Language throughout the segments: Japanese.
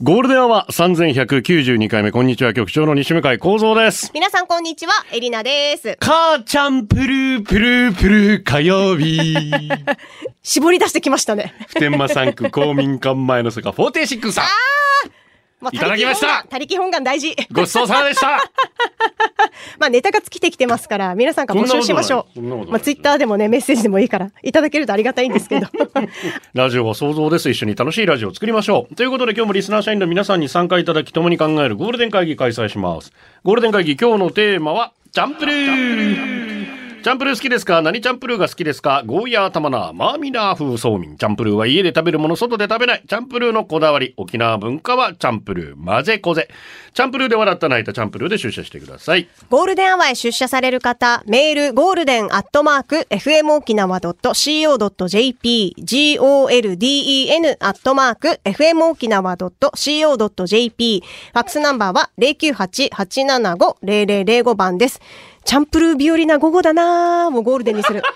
ゴールデンは三千百九十二回目こんにちは局長の西向井光三です。皆さんこんにちは、エリナです。母ちゃんプループループルー火曜日。 絞り出してきましたね。普天間産区公民館前の坂フォーテシックさん。まいただきました他力本願他力本願大事。ごちそうさまでした。まあネタが尽きてきてますから、皆さんから募集しましょそんなことないそんなことなう。いまあツイッターでもね、メッセージでもいいから、いただけるとありがたいんですけ ど。ラジオは想像です。一緒に楽しいラジオを作りましょう。ということで今日もリスナー社員の皆さんに参加いただき共に考えるゴールデン会議開催します。ゴールデン会議今日のテーマはチャンプルー。チャンプルー好きですか何チャンプルーが好きですかゴーヤー玉ナー、マーミナー風そうみん。チャンプルーは家で食べるもの、外で食べない。チャンプルーのこだわり。沖縄文化はチャンプルー、混ぜこぜ。チャンプルーで笑った泣いたチャンプルーで出社してください。ゴールデンアワーへ出社される方、メール、ゴールデンアットマーク、fmokinawa.co.jp、golden アットマーク、fmokinawa.co.jp、ファックスナンバーは098-875-0005番です。チャンプルー日和な午後だなーもうゴールデンにする。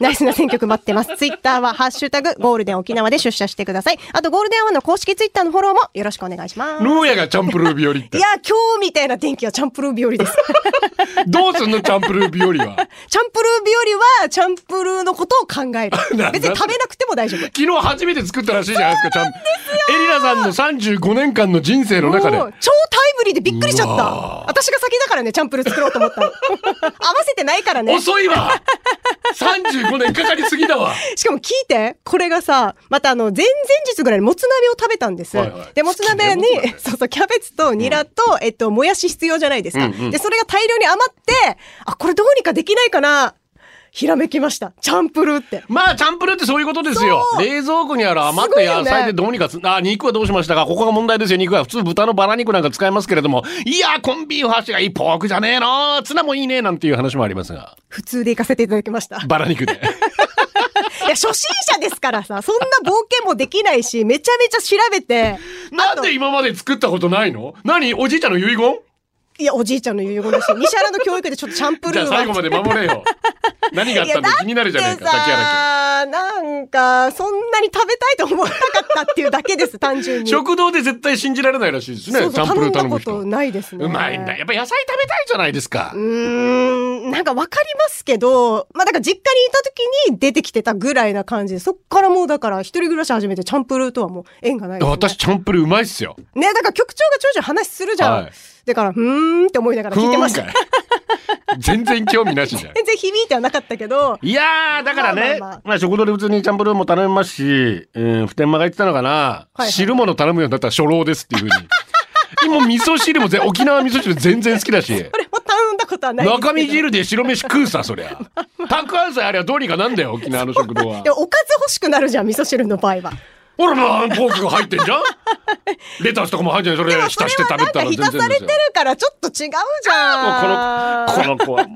ナイスな選曲待ってます。ツイッターは、ハッシュタグ、ゴールデン沖縄で出社してください。あと、ゴールデンアワーの公式ツイッターのフォローもよろしくお願いします。ルーヤがチャンプルー日和っいてや。ー、今日みたいな天気はチャンプルー日和です。どうすんのチャンプルー日和は。チャンプルー日和は、チャンプルーのことを考えるな。別に食べなくても大丈夫。昨日初めて作ったらしいじゃないですか、ちゃんエリナさんの35年間の人生の中で。もう超タイムリーでびっくりしちゃっうたわ。私が先だからね、チャンプルー作ろうと 思ったの。合わせてないからね。遅いわ !35 年かかりすぎだ わしかも聞いて、これがさ、またあの、前々日ぐらいにもつ鍋を食べたんです。はいはいで、もつ鍋好きにねもつ、鍋そうそう、キャベツとニラと、えっと、もやし必要じゃないですか。うんうんで、それが大量に余って、あ、これどうにかできないかな。ひらめきました。チャンプルーって。まあ、チャンプルーってそういうことですよ。冷蔵庫にある余っすごいたよ野ね菜でどうにかつ、あ、肉はどうしましたかここが問題ですよ、肉は。普通豚のバラ肉なんか使いますけれども、いやー、コンビーフ箸がいい、ポークじゃねえのツナもいいねなんていう話もありますが、普通で行かせていただきました。バラ肉 で。いや、初心者ですからさ、そんな冒険もできないし、めちゃめちゃ調べて、なんで今まで作ったことないの何おじいちゃんの遺言いや、おじいちゃんの遺言だし、西原の教育でちょっとチャンプじゃルーあは。最後まで守 れよ。何があったんだ気になるじゃねえか、崎原君。あなんか、そんなに食べたいと思わなかったっていうだけです、単純に。食堂で絶対信じられないらしいですね。そうそうチャンプルー頼頼んむだこ人。とないですね。うまいんだ。やっぱ野菜食べたいじゃないですか。うーん、なんかわかりますけど、まあだから実家にいた時に出てきてたぐらいな感じで、そっからもうだから一人暮らし始めてチャンプルーとはもう縁がないです、ね。私、チャンプルーうまいっすよ。ねだから局長がちょいちょい話するじゃん。はいだから、うーんって思いながらふ聞いてーまんしたか。い。全然興味なしじゃん。 全然響いてはなかったけど、いやー、だからね、まあまあまあまあ食堂で普通にチャンプルーも頼みますし、うん、普天間が言ってたのかな、いはい汁物頼むようになったら初老ですっていうふう に。今、味噌汁もぜ沖縄味噌汁全然好きだ し。これも頼んだことはないですけど中身汁で白飯食うさ、そ りゃ。たくあんさえあれはどうにかなんだよ、沖縄の食堂はで。もおかず欲しくなるじゃん、味噌汁の場合は。ほら、まあ、ポークが入ってん じゃんレタスとかも入ってんじゃん。それでも浸それしては食なべんたから全浸然さでれすてよる。からちょっと違うじゃん。この、この子は、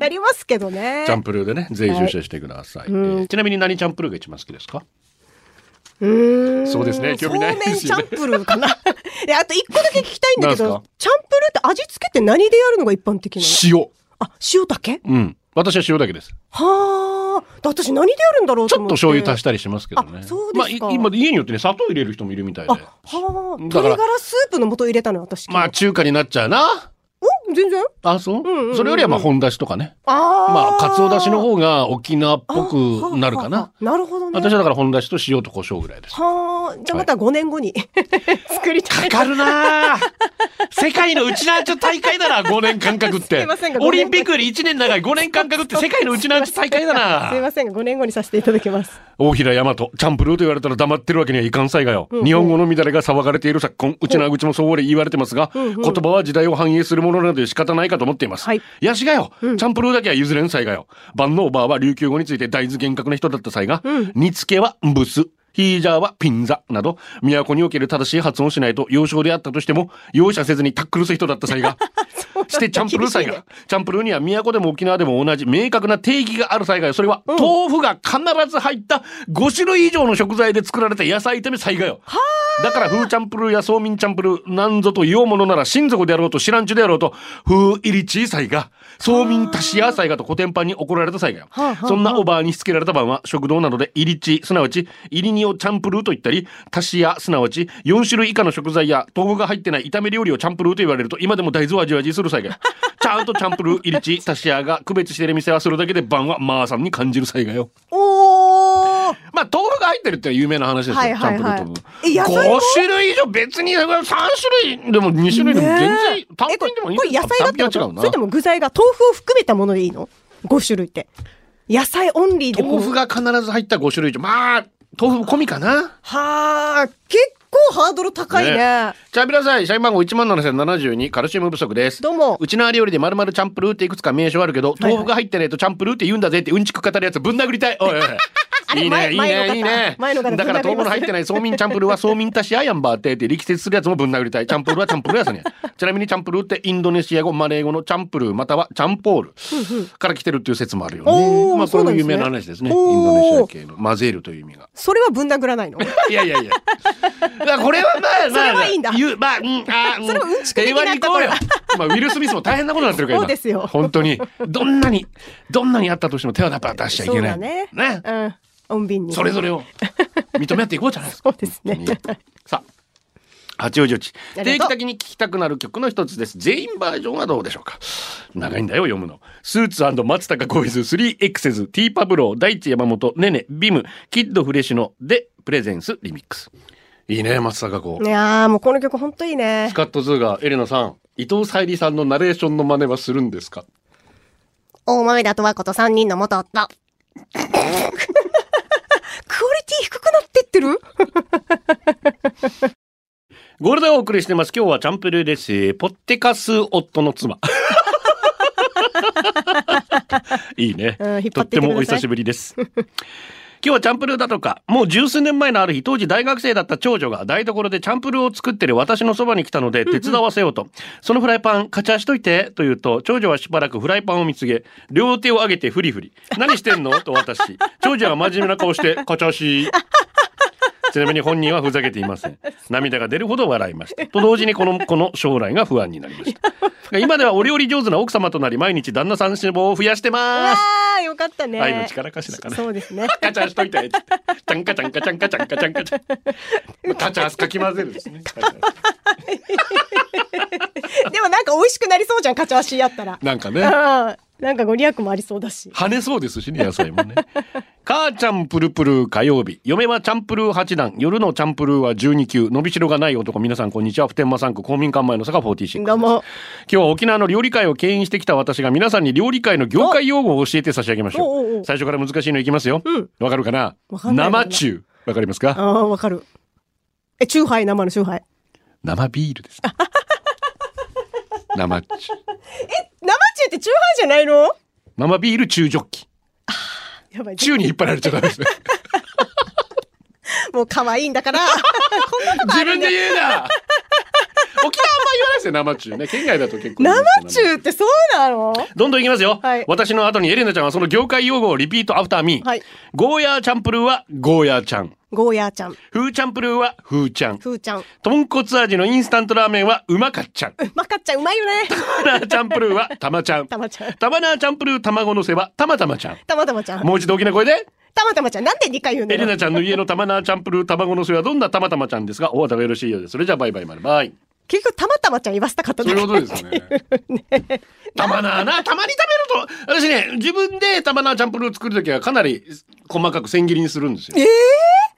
なりますけどねチャ。ンプルーでね、ぜひ出社してください。えーちなみに何チャンプルーが一番好きですかうーんそうですね興味ないですよねそうめんチャンプルーかな。 で、あと一個だけ聞きたいんだけなんどすか、チャンプルーって味付けって何でやるのが一般的なの塩。あ、塩だけうん。私は塩だけです。はあ。だ私何でやるんだろうちとょっ思とって。醤油足ししたりしますけどね。あそうですかまあ、い今、家によってね、砂糖入れる人もいるみたいであ、。はあ。だから鶏ガラスープの素入れたの私。まあ、昨日中華になっちゃうな。お全然あ、そう、んうんうんそれよりは、まあ、本だしとかね。ああ。まあ、かつおだしの方が沖縄っぽくなるかはな。あはあはあなるほどね。私はだから、本だしと塩と胡椒ぐらいです。はあ、じゃあまた5年後に、 作りた かい。かるなあ世界のうちなんちょ大会だな、5年間隔っすていません。がオリンピックより1年長い5年間隔って世界のうちなんちょ大会だ すいな。ませんが、5年後にさせていただきます。大平大和、チャンプルーと言われたら黙ってるわけにはいかんさいがよ。日本語の乱れが騒がれている昨今、うちのあぐちもそう言われてますが、言葉は時代を反映するものなので仕方ないかと思っています。はいやしがよ、チャンプルーだけは譲れんさいがよ。万能バーは琉球語について大豆厳格な人だった際が、煮付けはブス。ヒージャーはピンザなど、都における正しい発音をしないと、幼少であったとしても、容赦せずにタックルする人だった 際が、してチャンプルー際が、チャンプルーには都でも沖縄でも同じ明確な定義がある際が、それは、豆腐が必ず入った5種類以上の食材で作られた野菜炒め災害よ。だから、風チャンプルーやそうみんチャンプルー、なんぞと言おうものなら、親族であろうと知らんちゅであろうと、風入り小さいが、そうみんたしや祭がと古典版に怒られた際がよ。はあはあそんなおばあにしつけられた晩は、食堂などで入り地、すなわち、入り煮をチャンプルーと言ったり、たしや、すなわち、4種類以下の食材や、豆腐が入ってない炒め料理をチャンプルーと言われると、今でも大豆を味わいする 際がよ。ちゃんとチャンプルー、入り地、たしやが区別している店はするだけで晩は、まあさんに感じる際がよ。おーまあ、豆腐が入ってるっていうのは有名な話ですよ、はいはいはいチャンプルえー野と。菜5も種類以上、別に3種類でも2種類でも全然、ねえ単品でもいいえこれこれ野菜だってこ単品は違とうなそれとも具材が豆腐を含めたものでいいの ?5 種類って。野菜オンリーでこう豆腐が必ず入った5種類以上。まあ、豆腐込みかな。はあ、結構ハードル高いね。ねチャビラさい、社員番号17,072、カルシウム不足です。どうもうちな料理で丸々チャンプルーっていくつか名称あるけど、豆腐が入ってないとチャンプルーって言うんだぜってうんちく語るやつぶん殴りたい。おいおいおい あれいいね、前いい前の方ね、いいね。前の方だからぶん殴り豆腐ますの入ってないそうみんチャンプルーはそうみんたしややんばってって力説するやつもぶん殴りたい。チャンプルーはチャンプルーやさ ね。ちなみにチャンプルーってインドネシア語、マレー語のチャンプルーまたはチャンポールから来てるっていう説もあるよおね。ーまあこれも有名な話ですね。インそうなんドですねネシおアー系の混ぜるという意味が。それはぶん殴らないの いやいやいや。だからこれはまあまあ、それはいいんだ言うまあ、うん、あー、うんそれはうんちく的な平和に行こうよ。まあ、ウィル・スミスも大変なことになってるから、今そうですよ本当に。どんなに、どんなにあったとしても手はやっぱ出しちゃいそうけなだい。ね。うん。穏便に。それぞれを認め合っていこうじゃないですか。そうですね本当にさあ。八王子地あ定り期がとう的に聴きたくなる曲の一つです全員バージョンはどうでしょうか長いんだよ読むのスーツ松高コイズ 3X ティーパブロー大地山本ねねビムキッドフレッシュのでプレゼンスリミックスいいね松高子いやーもうこの曲ほんといいねス。カットズーがエレナさん伊藤沙莉さんのナレーションの真似はするんですか大豆田と和子と三人の元 夫。クオリティ低くなってってるゴールドをお送りしてます。今日はチャンプルーです。ポッテカス夫の妻。 いいねうん引っ。とっ張っててってくださいもお久しぶりです。今日はチャンプルーだとか、もう十数年前のある日、当時大学生だった長女が台所でチャンプルーを作ってる私のそばに来たので手伝わせようと、そのフライパン、カチャしといて、と言うと、長女はしばらくフライパンを見つげ、両手を上げてフリフリ。何してんの と私。長女は真面目な顔して、カチャし。ちなみに本人はふざけていません。涙が出るほど笑いました。と同時にこの子の将来が不安になりま した。今ではお料理上手な奥様となり、毎日旦那さん脂肪を増やしてまあす。ーよかったね。愛の力かしらかなそうですね。 カチャンしといて。ちゃんかちゃんかちゃんかちゃんかちゃんかちゃん。まあ カチャンかき混ぜるですね。でもなんか美味しくなりそうじゃん、カチャワシやったら。 なんかね。あーなんかご利益もありそうだし。跳ねそうですしね、野菜もね。母ちゃんプルプル火曜日。嫁はチャンプルー8段。夜のチャンプルーは12級。伸びしろがない男。皆さんこんにちは。普天間産区公民館前の坂46。どうも。今日は沖縄の料理界を牽引してきた私が皆さんに料理界の業界用語を教えて差し上げましおおうおょうう。最初から難しいのいきますよ。わ、んかるかなわかんない生中。わかりますかああ、わかる。え、チューハイ、生のチューハイ。生ビール です。生中。生チューってチューハイじゃないの生ビール中ジョッキ。やばい。中に引っ張られちゃダメですね。もう可愛いんだ から。こん なことあ自る分んでだ言う な沖縄あんま言わないですよ、生中ね。県外だと結構言いますけど生ね。中ってそうなのどんどんいきますよ、はい私の後にエレナちゃんはその業界用語をリピートアフターミー。はいゴーヤーチャンプルーはゴーヤーちゃん。ゴーヤーちゃん、フーチャンプルーはフーちゃん。ふーちゃん。豚骨味のインスタントラーメンはうまかっちゃん。まかっちゃんうまいよ ね。タマナーチャンプルーはたまちゃん。たまちゃんたまなーチャンプルー卵のせはたまたまちゃん。たまたまちゃん。もう一度大きな声で。たまたまちゃん。なんで2回言うのエレよナちゃんの家のたまなーチャンプルー卵のせはどんなたまたまちゃんですが、おわたがよろしいようです。それじゃあバイバイまでバイ。結局たまたまちゃん言わせたかったそうだいうけことです ね。たまなーな、たまに食べると、私ね、自分でたまなーチャンプルー作るときはかなり細かく千切りにするんですよ。ええ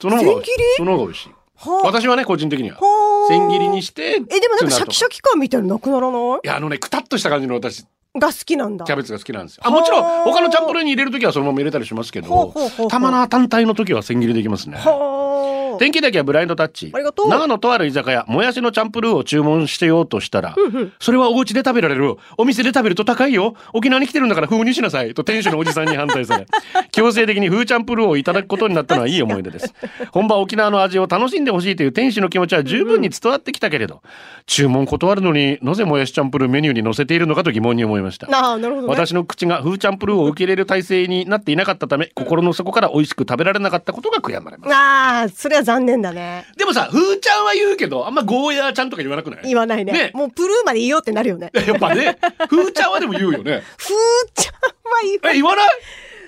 その方が美味しい千切りその方が美味しい。はあ私はね、個人的にはほ。う千切りにして、え、でもなんかシャキシャキ。キ感みたいなのなくならないいや、あのね、くたっとした感じの私、が好きなんだ。キャベツが好きなんですよ。あ、もちろん、はあ他のチャンプルーに入れるときはそのまま入れたりしますけほうほうどほうほ、うたまな単体のときは千切りできますね。ほー。天気だけはブラインドタッチ。ありがとう長野とある居酒屋、もやしのチャンプルーを注文してようとしたら、それはお家で食べられる。お店で食べると高いよ。沖縄に来てるんだから風にしなさい。と店主のおじさんに反対 され、強制的に風チャンプルーをいただくことになったのはいい思い出 です。本場沖縄の味を楽しんでほしいという店主の気持ちは十分に伝わってきたけれど、注文断るのになぜもやしチャンプルーメニューに載せているのかと疑問に思いました。ああ、なるほど、ね。私の口がフーチャンプルーを受け入れる体制になっていなかったため心の底から美味しく食べられなかったことが悔やまれますああ、それは残念だね。でもさフーちゃんは言うけどあんまゴーヤーちゃんとか言わなくない言わないね。もうプルーまで言いようってなるよね。やっぱねフーちゃんはでも言うよねふーちゃん は言えわ言わない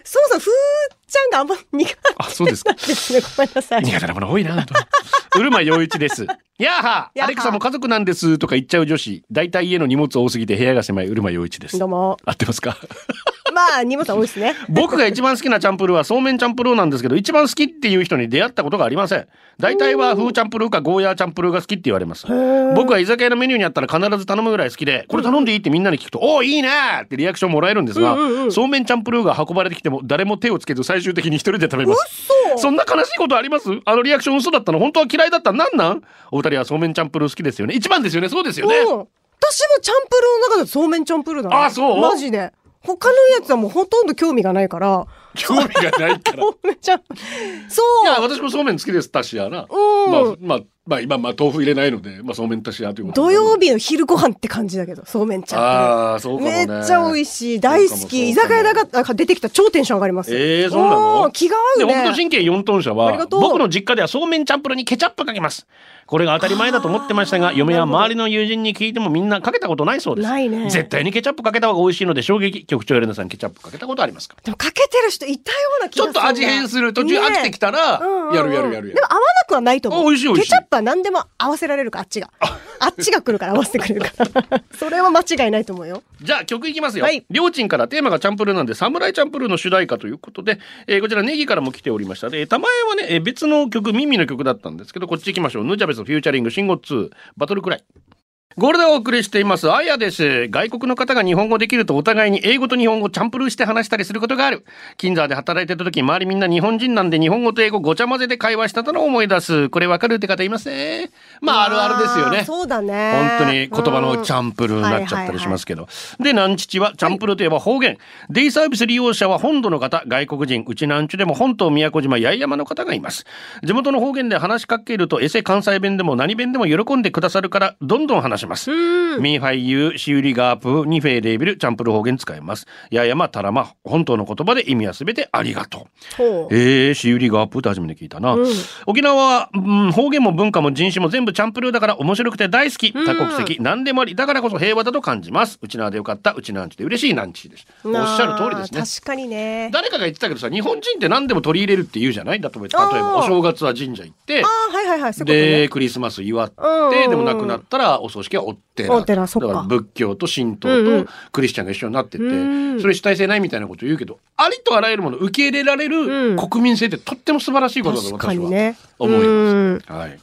そもそもふーちゃんがあんま苦手あそう ですかですね。ごめんなさい。苦手なもの多いなと。うるま陽一です。やーはやーはアレクサも家族なんですとか言っちゃう女子。大体家の荷物多すぎて部屋が狭いうるま陽一ですど。うも。合ってますかまあ、荷物は多いですね。僕が一番好きなチャンプルーはそうめんチャンプルーなんですけど、一番好きっていう人に出会ったことがありません。大体は風チャンプルーかゴーヤーチャンプルーが好きって言われます。僕は居酒屋のメニューにあったら必ず頼むぐらい好きで、これ頼んでいいってみんなに聞くと、おおーいいねーってリアクションもらえるんですが、そうめんチャンプルーが運ばれてきても誰も手をつけず最終的に一人で食べます。そんな悲しいことありますあのリアクション嘘だったの本当は嫌いだったのなんなんお二人はそうめんチャンプルー好きですよね。一番ですよね。そうですよね。うん。私もチャンプルーの中でそうめんチャンプルーだねあそうマジで。他のやつはもうほとんど興味がないから。興味がないから。そうめんチャンプルー。そいや、う。私もそうめん好きです、たしやな。うんまあ、まあ、まあ、今、まあ、豆腐入れないので、まあ、そうめんたしやということ土曜日の昼ご飯って感じだけど、そうめんチャンプルー。ああ、そうかもめね。っちゃ美味しい。大好そうかもき。居酒屋だが出てきたら超テンション上がります。えーそうなのおー気が合で、う北斗ね。神経4トン車あはりが、とう僕の実家ではそうめんチャンプルーにケチャップかけます。これが当たり前だと思ってましたが、嫁や周りの友人に聞いてもみんなかけたことないそうです。ないね絶対にケチャップかけた方が美味しいので衝撃。局長エレナさん、ケチャップかけたことありますかでもかけてる人いたような気ちがょすっる。と味変する。途中飽きてきたらねうんうんう、んやるやるやるやるでも。合わなくはないと思う。あ美味しい美味しいケチャップは何でも合わせられるから、あっ ちが。あっちが来るから 合わせてくれるから。それは間違いないと思うよ。じゃあ曲いきますよ。はいりょうちんからテーマがチャンプルーなんで、サムライチャンプルーの主題歌ということで、えーこちらネギからも来ておりました。で、たまえはね、えー別の曲、ミミの曲だったんですけど、こっち行きましょう。ヌジャベスフューチャリング、シンゴ2、バトルくらい。ゴールドをお送りしています。あやです。外国の方が日本語できるとお互いに英語と日本語をチャンプルーして話したりすることがある。金沢で働いてた時、周りみんな日本人なんで日本語と英語ごちゃ混ぜで会話したのを思い出す。これわかるって方いますね。まあ、あるあるですよね。そうだね。本当に言葉のチャンプルーになっちゃったりしますけど。で、南父はチャンプルーといえば方言。デイサービス利用者は本土の方、外国人、うち南地でも本島宮古島八重山の方がいます。地元の方言で話しかけると、エセ関西弁でも何弁でも喜んでくださるから、どんどん話します。ミーファイユー、シウリガープー、ニフェイレービル、チャンプルー方言使います。八重山、タラマ、本島の言葉で意味はすべてありがとう。ほうえー、しゆりがアップって初めて聞いたな、沖縄は、うん、方言も文化も人種も全部チャンプルーだから面白くて大好き多国籍、何でもありだからこそ平和だと感じますうちなーでよかったうちなんちで嬉しいなんちですおっしなゃるあ通りですね確かにね。誰かが言ってたけどさ日本人って何でも取り入れるって言うじゃないだと例えばあおー正月は神社行ってああ、はいはいはい。そういでうこクリスマス祝って、うんうんうんでも亡くなったらお葬式はお寺お寺そっかだから仏教と神道うんうんとクリスチャンが一緒になってて、うんそれ主体性ないみたいなこと言うけどありとあらゆるものを受け入れられうるん国民性ってとっても素晴らしいことだと確か私にはね思いまうんす。はい、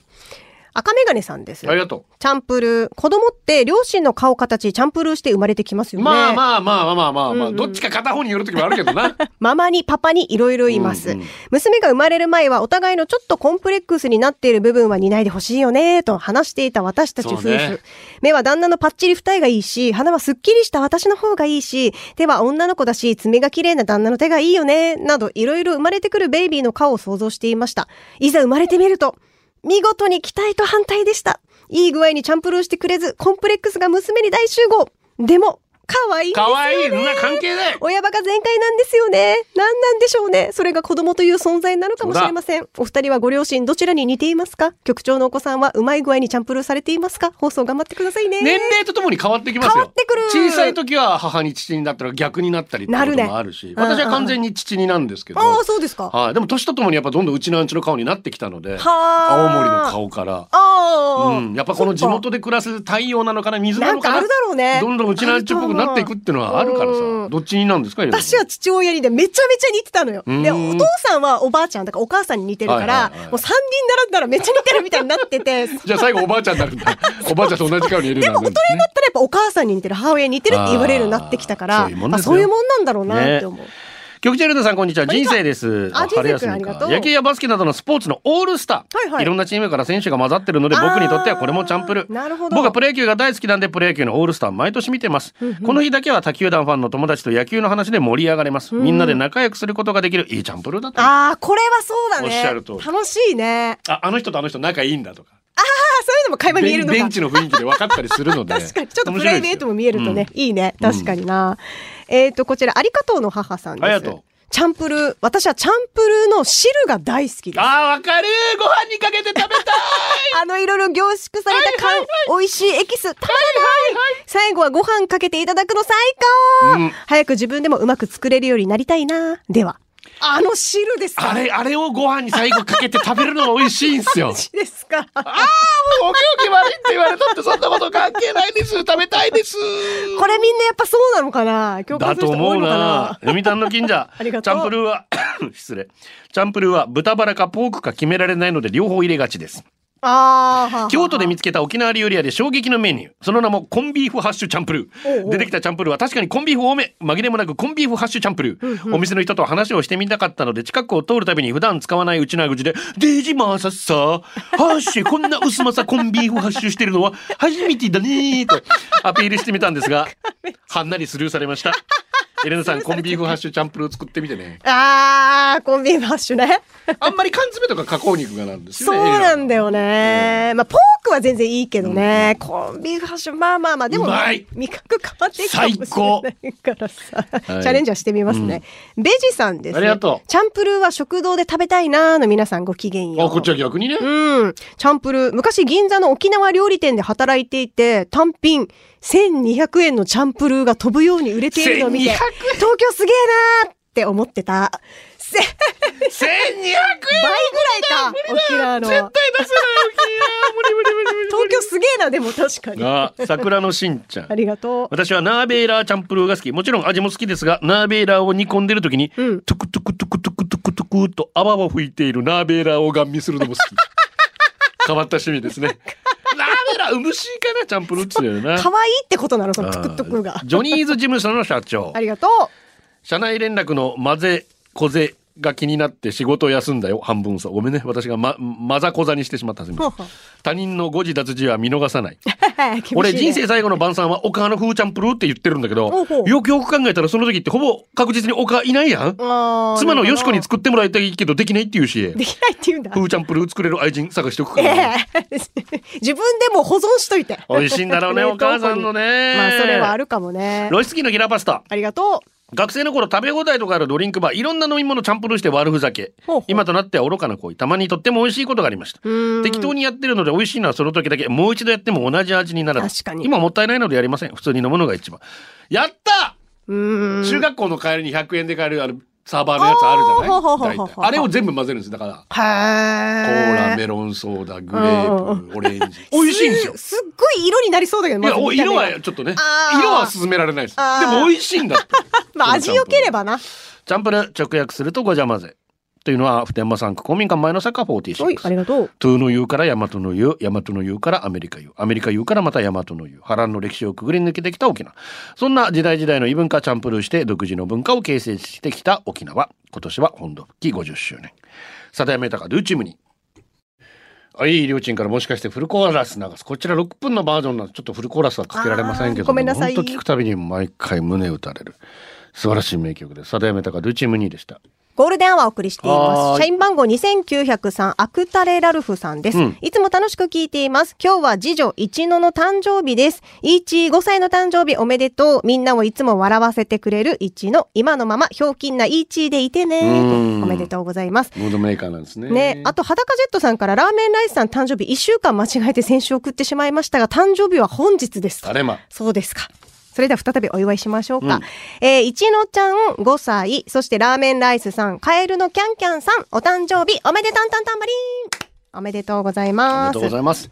赤メガネさんです。ありがとチャンプルー。子供って両親の顔形、チャンプルーして生まれてきますう、よね。まあまあまあまあまあまあ、まあどっちか片方による時もあるけど なママにパパにいろいろいます、うんうん娘が生まれる前はお互いのちょっとコンプレックスになっている部分は担いでほしいよねと話していた私たち夫婦、そうね目は旦那のパッチリ二重がいいし鼻はすっきりした私の方がいいし手は女の子だし爪が綺麗な旦那の手がいいよねなどいろいろ生まれてくるベイビーの顔を想像していましたいざ生まれてみると見事に期待と反対でしたいい具合にチャンプルーしてくれずコンプレックスが娘に大集合でも可愛いんですよね可愛いそんな関係ない親バカ全開なんですよね。何なんでしょうね。それが子供という存在なのかもしれません。お二人はご両親どちらに似ていますか局長のお子さんはうまい具合にチャンプルーされていますか放送頑張ってくださいね。年齢とともに変わってきますよ変わってくる小さい時は母に父になったら逆になったりってこともあるしなるね私は完全に父になんですけど、ああ、そうですか。はい、でも年とともにやっぱどんどんうちのアンチの顔になってきたので、は青ー森の顔から。ああ、うん、やっぱこの地元で暮らす太陽なのかな水ななんのかかなあるだろうね。どんどんうちのアンチっぽくなっていくっていうのはあるからうさんどっちになんですか私は父親にね、めちゃめちゃ似てたのよ。で、うおん父さんはおばあちゃんだからお母さんに似てるから、はいはいはいもう三人並んだらめっちゃ似てるみたいになってて、でじゃあ最後おばあちゃんにな るんだおばあちゃんと同じ顔にいるようもに大人なにるんなですねったらやっぱお母さんに似てる、母親に似てるって言われるようになってきたかあーそら、ういうもんまであすよそういうもんなんだろうなって思う。局長ルナさんこんにちは。こんに人ちは生です。あ春人生休くんあみりかがとう野球やバスケなどのスポーツのオールスター。はいはいろんなチームから選手が混ざってるので、僕にとってはこれもチャンプルあー。なるほど僕はプロ野球が大好きなんで、プロ野球のオールスター毎年見てます。この日だけは他球団ファンの友達と野球の話で盛り上がれます。みんなで仲良くすることができるいいチャンプルーだった。あ、ああ、これはそうだね。おっしゃる通り楽しいね。あの人とあの人仲いいんだとか。あ、そういうのも会話見えベるンのか。ベンチの雰囲気で分かったりするので。 確かに。ちょっとプライベートも見えると面白いねで、いいね。確かにな。えっと、こちら、ありがとうの母さんです。ありがとうチャンプルー。私はチャンプルーの汁が大好きですすよ。。ああ、わかるご飯にかけて食べたいあの、いろいろ凝縮された缶、美味しいエキス、食べない、最後はご飯かけていただくの最高、うん早く自分でもうまく作れるようになりたいな。では、 あの汁ですかあれ、あれをご飯に最後かけて食べるのが美味しいんす よ。ですかああ、もうお行儀悪いって言われたってそんなこと関係ないです。食べたいです。これみんなやっぱそうなのかな共だ感すると人思多いうのなか な。読谷の近所。ありがチとうャンプルーは、 失礼。チャンプルーは豚バラかポークか決められないので両方入れがちです。あーはあ。京都で見つけた沖縄料理屋で衝撃のメニュー。その名もコンビーフハッシュチャンプルおうー。おう出てきたチャンプルーは確かにコンビーフ多め。紛れもなくコンビーフハッシュチャンプルー。お店の人と話をしてみたかったので、近くを通るたびに普段使わないうちな口で、デジマーサッサー。ハッシュ、こんな薄まさコンビーフハッシュしてるのは初めてだねーとアピールしてみたんですが、はんなりスルーされました。エレナさん、コンビーフハッシュチャンプルー作ってみてね。あー、コンビーフハッシュね。あんまり缶詰とか加工肉がなんですそようね。なんだよね。まあ、ポークは全然いいけどね。コンビーフハッシュ、まあまあまあ、でもうまい、味覚変わっていくかもしれないからさ、はいチャレンジはしてみますね。ベジさんです、ね。ありがとうチャンプルーは食堂で食べたいなーの皆さんごきげんよう。あ、こっちは逆にね。うん。チャンプルー。昔銀座の沖縄料理店で働いていて、単品1200円のチャンプルーが飛ぶように売れているのを見て、 1200東京すげえなーって思ってた。せ、倍1200ぐ円らいか沖縄の。絶対出東せない無理無理無理無理京すげえな、でも確かに。ああ桜のしんちゃんりがとう。私はナーベーラーチャンプルーが好きもちろん味も好きですがナーベーラーを煮込んでる時に、うんトゥクトゥクトゥクトゥクトゥクトゥクと泡を吹いているナーベーラーをガン見するの も好き変わった趣味ですねナーベーラーうむしいかなチャンプルーって言ってたよな可愛いってことなの、そのあトゥークトゥクが。ジョニーズ事務所の社長ありがとう。 社内連絡の混ぜ小ぜが気になって仕事を休んだよ半分さごめんね私がままざこざにしてしまったすみませんほうほ他人の誤字脱字は見逃さない厳しいね俺人生最後の晩餐はお母の風ちゃんプルーって言ってるんだけほうどほうよくよく考えたらその時ってほぼ確実にお母いないやんあー妻のよしこになる作ってもらいたいけどできないって言うしほどできないって言うんだ。風ちゃんプルー作れる愛人探しておくか えらえ 自分でも保存しといて。美味しいんだ ろうね冷凍庫にお母さんのねまあ、それはあるかもね。ロイスキーのギラパスタありがとう。学生の頃食べ放題とかあるドリンクバーいろんな飲み物チャンプルーして悪ふざけほうほう今となっては愚かな行為たまにとっても美味しいことがありましたうん適当にやってるので美味しいのはその時だけもう一度やっても同じ味にならない確かに今もったいないのでやりません普通に飲むのが一番やったうーん。中学校の帰りに100円で買えるあのサーバーのやつあるじゃないおーほうほうほうほ大う体あれを全部混ぜるんですだからへーコーラメロンソーダグレープオレンジ美味しいんですよすっごい色になりそうだけど、いやずお見た目色がはちょっとねあー色は勧められないですあでーも美味しいんだって まあ、味良ければな。チャンプルー直訳するとごじゃ混ぜというのは普天間産区公民館前の坂46おい、ありがとう。トゥーの言うから大和の言う、大和の言うからアメリカ言う、アメリカ言うからまた大和の言う、波乱の歴史をくぐり抜けてきた沖縄。そんな時代時代の異文化チャンプルーして独自の文化を形成してきた沖縄。今年は本土復帰50周年。サダヤメタカドゥーチームに。あ、いい両親からもしかしてフルコーラス流す。こちら6分のバージョンなんでちょっとフルコーラスはかけられませんけども、あーごめんなさい本当聞くたびに毎回胸打たれる。素晴らしい名曲です。サダヤメタカドゥーチームにでした。ゴールデンアワーをお送りしていはまーいす。社員番号2903、アクタレラルフさんです。うんいつも楽しく聞いています。今日は次女、一ノの誕生日です。一5歳の誕生日おめでとう。みんなをいつも笑わせてくれる一ノ。今のまま、ひょうきんな一でいてねうーんと。おめでとうございます。ムードメーカーなんですね。ね、あと、裸ジェットさんから、ラーメンライスさん誕生日1週間間違えて先週送ってしまいましたが、誕生日は本日です。あれま。そうですか。それでは再びお祝いしましょうか。うんえー、一のちゃん5歳、そしてラーメンライスさん、カエルのキャンキャンさん、お誕生日おめでたんたんたんばりーんおめでとうございおめま。ですとうございます。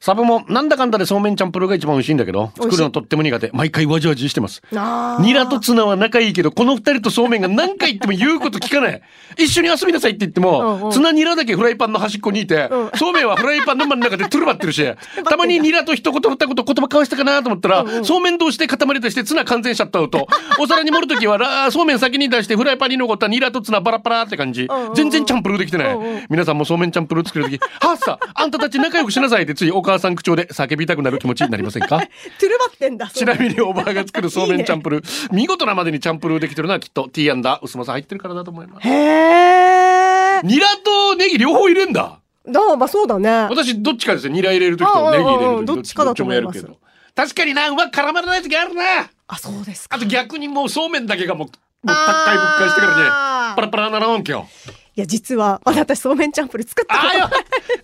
サブもなんだかんだでそうめんチャンプルーが一番美味しいんだけど、美味しい作るのとっても苦手。毎回わじわじしてます。あーニラとツナは仲いいけど、この二人とそうめんが何回言っても言うこと聞か ない。一緒に遊びなさいって言っても、うんうんツナニラだけフライパンの端っこにいて、うんそうめんはフライパンの真ん中でトゥルバってる し、たまにニラと一言二言言葉交わしたかなと思ったら、そうめん同士で塊としてツナ完全シャットアウ ト。お皿に盛るときはラー、そうめん先に出してフライパンに残ったニラとツナバラバラって感じうんう。ん全然チャンプルーできてないうんうん。皆さんもそうめんチャンプルー作るとき、はっさ、あんたたち仲良くしなさいってついお母さん口調で叫びたくなる気持ちになりませんかトゥルバってんだ。ちなみにおばあが作るそうめんチャンプルー、見事なまでにチャンプルーできてるのはきっと T アンダー、薄まさ入ってるからだと思います。へえ。ニラとネギ両方入れんだ。だ、まあそうだね。私どっちかですよ。ニラ入れるときとネギ入れるうんうんう時んどっちかだと思いまどすっちもやるけど確かにな、うまく絡まらない時あるな。あ、そうですか。あと逆にもうそうめんだけがもう、もう高いぶっかいしてからね、あパーラパラならんわけよ。いや、実は、まだ私、そうめんチャンプルー作ったことあなあ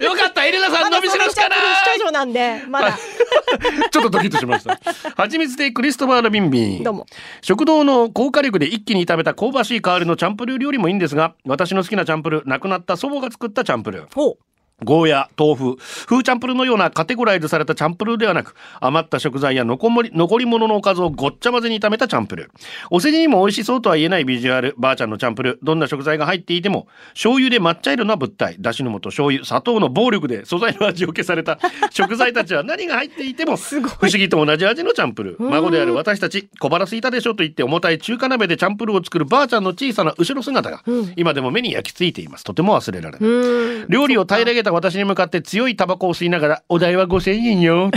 い。よ、よかった、エレナさん伸びしろしかなまだそうめんチャンプルーい少女なんで、まだ。ちょっとドキッとしました。はちみつでクリストファー・ラビンビン。どうも。食堂の高火力で一気に炒めた香ばしい香りのチャンプルー料理もいいんですが、私の好きなチャンプルー、亡くなった祖母が作ったチャンプルー。ほう。ゴーヤ、豆腐、風チャンプルーのようなカテゴライズされたチャンプルーではなく、余った食材や残り残り物のおかずをごっちゃ混ぜに炒めたチャンプルー。お世辞にも美味しそうとは言えないビジュアル、ばあちゃんのチャンプルー。どんな食材が入っていても、醤油で抹茶色な物体、だしの素、醤油、砂糖の暴力で素材の味を消さ れた食材たちは何が入っていても、すごい不思議と同じ味のチャンプルー。孫である私たち、小腹すいたでしょと言って重たい中華鍋でチャンプルーを作るばあちゃんの小さな後ろ姿が、今でも目に焼き付いています。とても忘れられない。うん。料理を平らげた私に向かって強いタバコを吸いながら、お代は5000円 よ。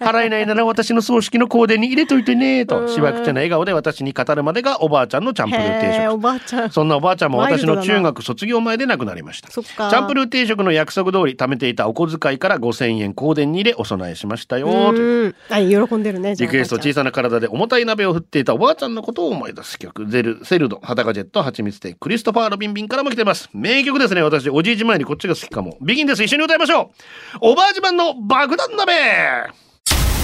払えないなら私の葬式の香典に入れといてね、と、しばくちゃな笑顔で私に語るまでがおばあちゃんのチャンプルー定へえ、食。おばあちゃん。そんなおばあちゃんもワイ私ルドだのな中学卒業前で亡くなりました。チそっかャンプルー定食の約束通り貯めていたお小遣いから5000円香典に入れお供えしましたよ。といううん。あ、喜んでるね、じゃリあ。クエストおばあち小ゃんさな体で重たい鍋を振っていたおばあちゃんのことを思い出す曲。ゼル、セルド、ハタガジェット、ハチミツテクリストファー・ロビンビンからも来てます。名曲ですね。私、おじいじ前にこっちが好きかも。ビギンです。一緒に歌いましょう。おばあじまんの爆弾鍋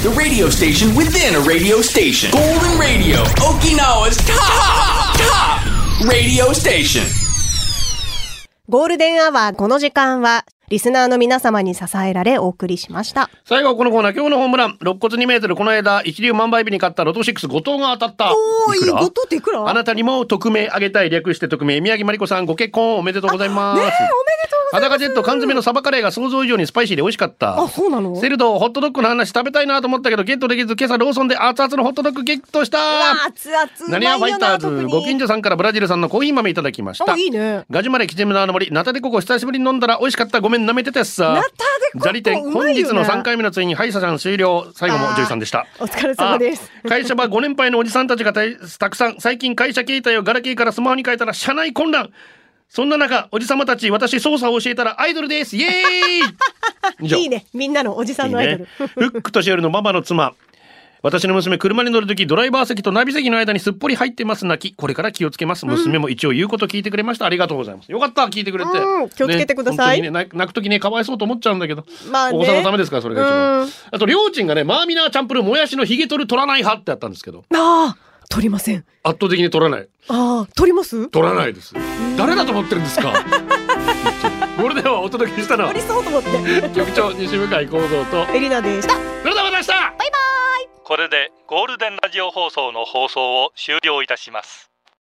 The radio station within a radio station. Golden Radio, Okinawa's top, top radio station. ゴールデンアワー、この時間は、リスナーの皆様に支えられお送りしました。最後はこのコーナー、今日のホームラン。肋骨2メートル、この間、一流万倍日に勝ったロト6、後藤が当たった。おーいくらいい後藤っていくらあなたにも匿名あげたい。略して匿名、宮城まりこさん、ご結婚おめでとうございます。ねえおめでとうございますハタガジェット、缶詰のサバカレーが想像以上にスパイシーで美味しかった。あ、そうなのセルドホットドッグの話食べたいなと思ったけどゲットできず今朝ローソンで熱々のホットドッグゲットしたうわ熱々うま何いよやなファイターズ特にご近所さんからブラジル産のコーヒー豆いただきましたあいいねガジュマレキジムのあの森ナタデココ久しぶりに飲んだら美味しかったごめん舐めててさ ナタデココザリ店うま本いよね日の3回目のついに歯医者さん終了最後も女医さんでしたお疲れ様ですあ 会社はご年配のおじさんたちがたいたくさん最近会社携帯をガラケーからスマホに変えたら社内混乱そんな中おじさまたち私操作を教えたらアイドルですイエーイ以上いいねみんなのおじさんのアイドルいいね、フックとシェルのママの妻私の娘車に乗る時ドライバー席とナビ席の間にすっぽり入ってます泣きこれから気をつけます娘も一応言うこと聞いてくれました、ありがとうございますよかった聞いてくれて、うん気をつけてくださいね本当にね泣泣く時ねかわいそうと思っちゃうんだけど、まあねお子さんのためですからそれが一番、うんあとりょうちんがねマーミナーチャンプルーもやしのヒゲ取る取らない派ってあったんですけどああ取りません圧倒的に取らないああ取ります取らないです誰だと思ってるんです かこれではお届けしたのは取りそうと思って局長西向井光三とエリナでしたそれではまた明日これでゴールデンラジオ放送の放送を終了いたします